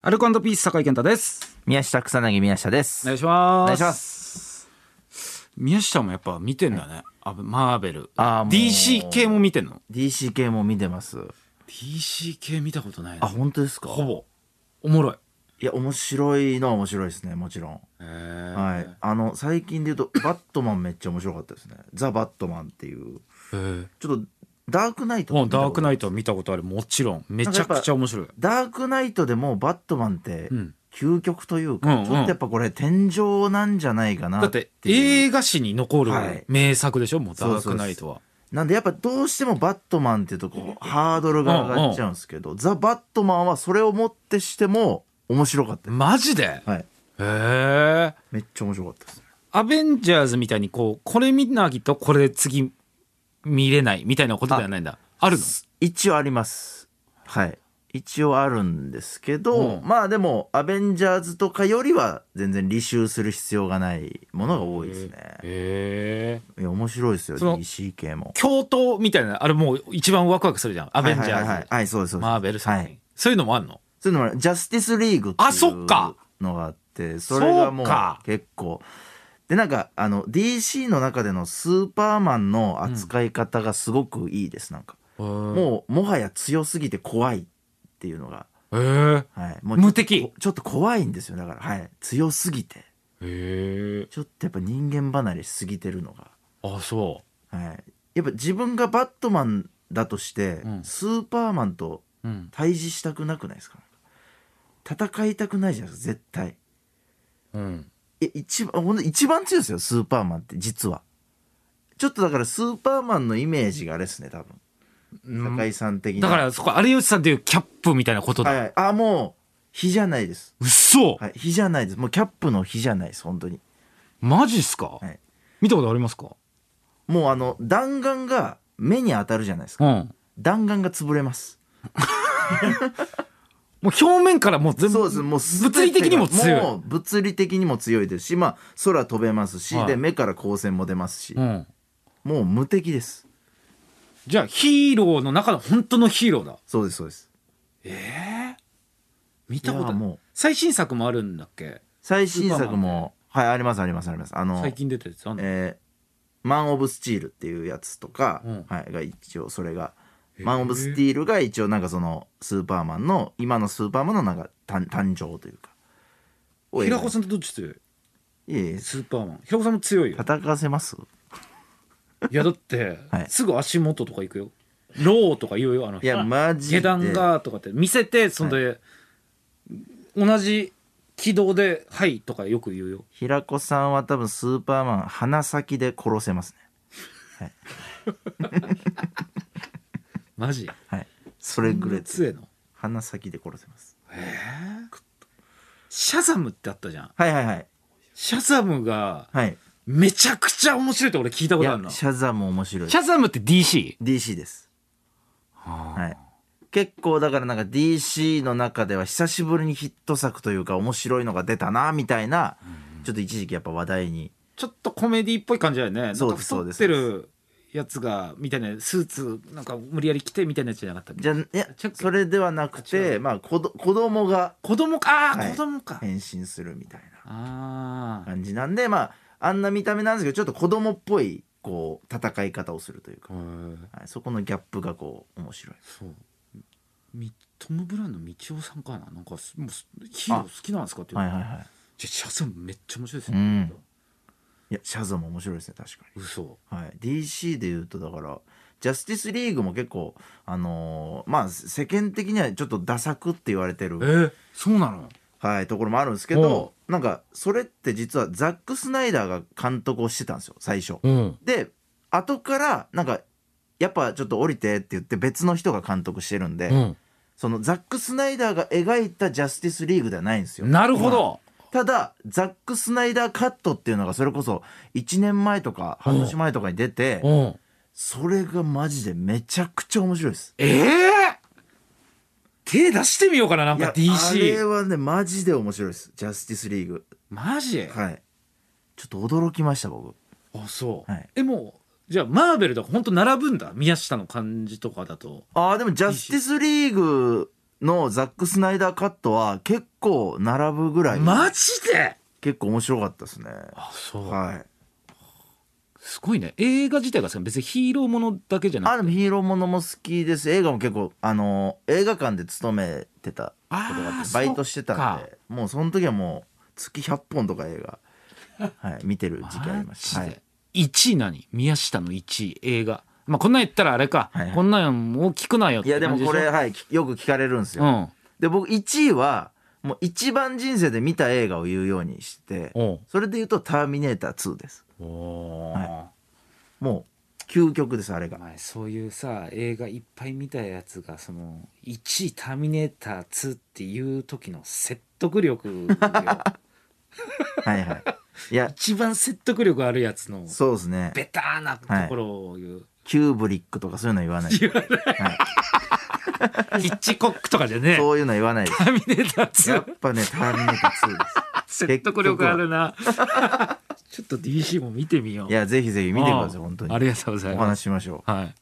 アルコピース酒井健太です。宮下草薙宮下です。お願いします。。お願いします宮下もやっぱ見てんだね。あマーベル。あーもう DC 系も見てんの DC 系も見てます。 ?DC 系見たことないな。あ、本当ですかほぼ。おもろい。いや、面白いのは面白いですね、もちろん。は。はいあの、最近で言 うと、バットマンめっちゃ面白かったですね。ザ・バットマンっていう。ちょっと、ダークナイトもうダークナイイト。トは見たことある。もちろん。めちゃくちゃ面白い。ダークナイトでも、バットマンってうん、究極といううんか、うんちょっとやっぱこれ、天井なんじゃないかな。だっていう映画史に残るはい名作でしょ、もうダークナイトは。なんでやっぱどうしてもバットマンっていうとこうハードルが上がっちゃうんですけど、ザ・バットマンはそれをもってしても面白かったで。マジですはい。へえ。めっちゃ面白かったです。アベンジャーズみたいにこう、これ見なきとこれ次見れないみたいなことではないんだ。あるの一応あります。はい。一応あるんですけど、うんまあでも、アベンジャーズとかよりは全然履修する必要がないものが多いですね。へえ。いや、面白いですよ、その DC 系も。共闘みたいな、あれもう一番ワクワクするじゃん。アベンジャーズ。はいはいはいはい、はい、そうです、そうです。マーベル作品、はい。そういうのもあるのそういうのもあるジャスティスリーグってあそっかいうのがあってそれがもうそうか結構でなんかあの DC の中でのスーパーマンの扱い方がすごくいいですなんか、ももうもはや強すぎて怖いっていうのが、う。へはい、もうちょっと無敵こちょっと怖いんですよだから、はい、強すぎてえ。へえ。ちょっとやっぱ人間離れしすぎてるのが、あ、そはい、やっぱ自分がバットマンだとして、うんスーパーマンとう。うん。対峙したくなくないですか戦いたくないじゃないですか絶対うん。え一番ほんと一番強いですよスーパーマンって実はちょっとだからスーパーマンのイメージがあれですね多分酒井さん的にだからそこ、有吉さんっていうキャップみたいなことだ。はいはい、あもう火じゃないですうっそ、はい火じゃないですもうキャップの火じゃないです本当にマジっすか、はい見たことありますかもうあの弾丸が目に当たるじゃないですうかん。も弾丸が潰れますう表面からもう全部。そうですもう全てが物理的にも強いもう物理的にも強いですしまあ空飛べますし、はいで目から光線も出ますし、うん。もう無敵ですじゃあヒーローの中の本当のヒーローだ。そうですそうですええ見たこいやともう最新作もあるんだっけ最新作もはいありますありますありますあの最近出たやつあんのえーマン・オブ・スチール」っていうやつとか、うんはい、が一応それが、へーマン・オブ・スティールが一応なんかそのスーパーマンの今のスーパーマンのなんか誕誕生というかを描い平子さんとどっち強いいえいえスーパーマン平子さんも強いよ戦わせますいやだって、はいすぐ足元とか行くよローとか言うよあのいやマジで下段がとかって見せてそんで、同じ軌道で「はい」とかよく言うよ平子さんは多分スーパーマン鼻先で殺せますねマジはいそれぐらい強いの鼻先で殺せますシャザムってあったじゃんはいはいはいシャザムがはいめちゃくちゃ面白いって俺聞いたいことあやるなシシャザム面白いャザムって DC? DC ですははい、結構だからなんか DC の中では久しぶりにヒット作というか面白いのが出たなみたいな、ちょっと一時期やっぱ話題にちょっとコメディっぽい感じだよねそうなんかですそ太うっですてるやつがみたいなスーツなんか無理やり着てみたいなやつじゃなかったっけじゃあいやちょっとそれではなくてまあ子ど子供が子供かあー、はい子供か、変身するみたいあなあ感じなんでまああんな見た目なんですけどちょっと子供っぽいこう戦い方をするというか、はい、そこのギャップがこう面白いそうみトム・ブラウンの道夫さんかななんかすもうすヒーロー好きなんですかっていう、はいはいはいじゃシャザムめっちゃ面白いですうね、んいやシャザも面白いですね確かに。嘘はい、DC でいうとだからジャスティスリーグも結構あのーまあ世間的にはちょっとダ作って言われてえる、ー、そうなのはい、ところもあるんですけどなんかそれって実はザック・スナイダーが監督をしてたんですよ最初。うんで後からなんかやっぱちょっと降りてって言って別の人が監督してるんで、うんそのザック・スナイダーが描いたジャスティスリーグではないんですよ。なるほどただザック・スナイダーカットっていうのがそれこそ1年前とか半年前とかに出て。うんそれがマジでめちゃくちゃ面白いです。ええー、手出してみようかななんいかやあれ DC はねマジで面白いです。ジャスティスリーグ。マジ、はい。ちょっと驚きました僕。あそう、はいえもうじゃあマーベルとか本当並ぶんだ宮下の感じとかだとああでもジャスティスリーグのザック・スナイダーカットは結構並ぶぐらいマジで結構面白かったですねあそう、はいすごいね映画自体がさ別にヒーローものだけじゃなあくでもヒーローものも好きです映画も結構あの映画館で勤めてたことがあーあってそっかバイトしてたんでもうその時はもう月100本とか映 画、はい、見てる時期ありました、マはジいで、1位何宮下の1位映画まあこんなん言ったらあれか、はいはいこんなんを聞くなよっいてやでも感じこしれょはいきよく聞かれるんですうよ、んで僕1位はもう一番人生で見た映画を言うようにしておうそれで言うと「ターミネーター2」ですおー、もう究極ですあれが前そういうさ映画いっぱい見たやつがその1位「ターミネーター2」っていう時の説得力 よはい はいいや一番説得力あるやつのそうですねベターなところを言う、キューブリックとかそういうの言わないヒッチコックとかじゃねえそういうの言わないですターミネーターやっ2ぱね「ターミネーター2」です説得力あるな ちょっと DC も見てみよういやぜひぜひ見てください本当にありがとうございおま話すししましょうはい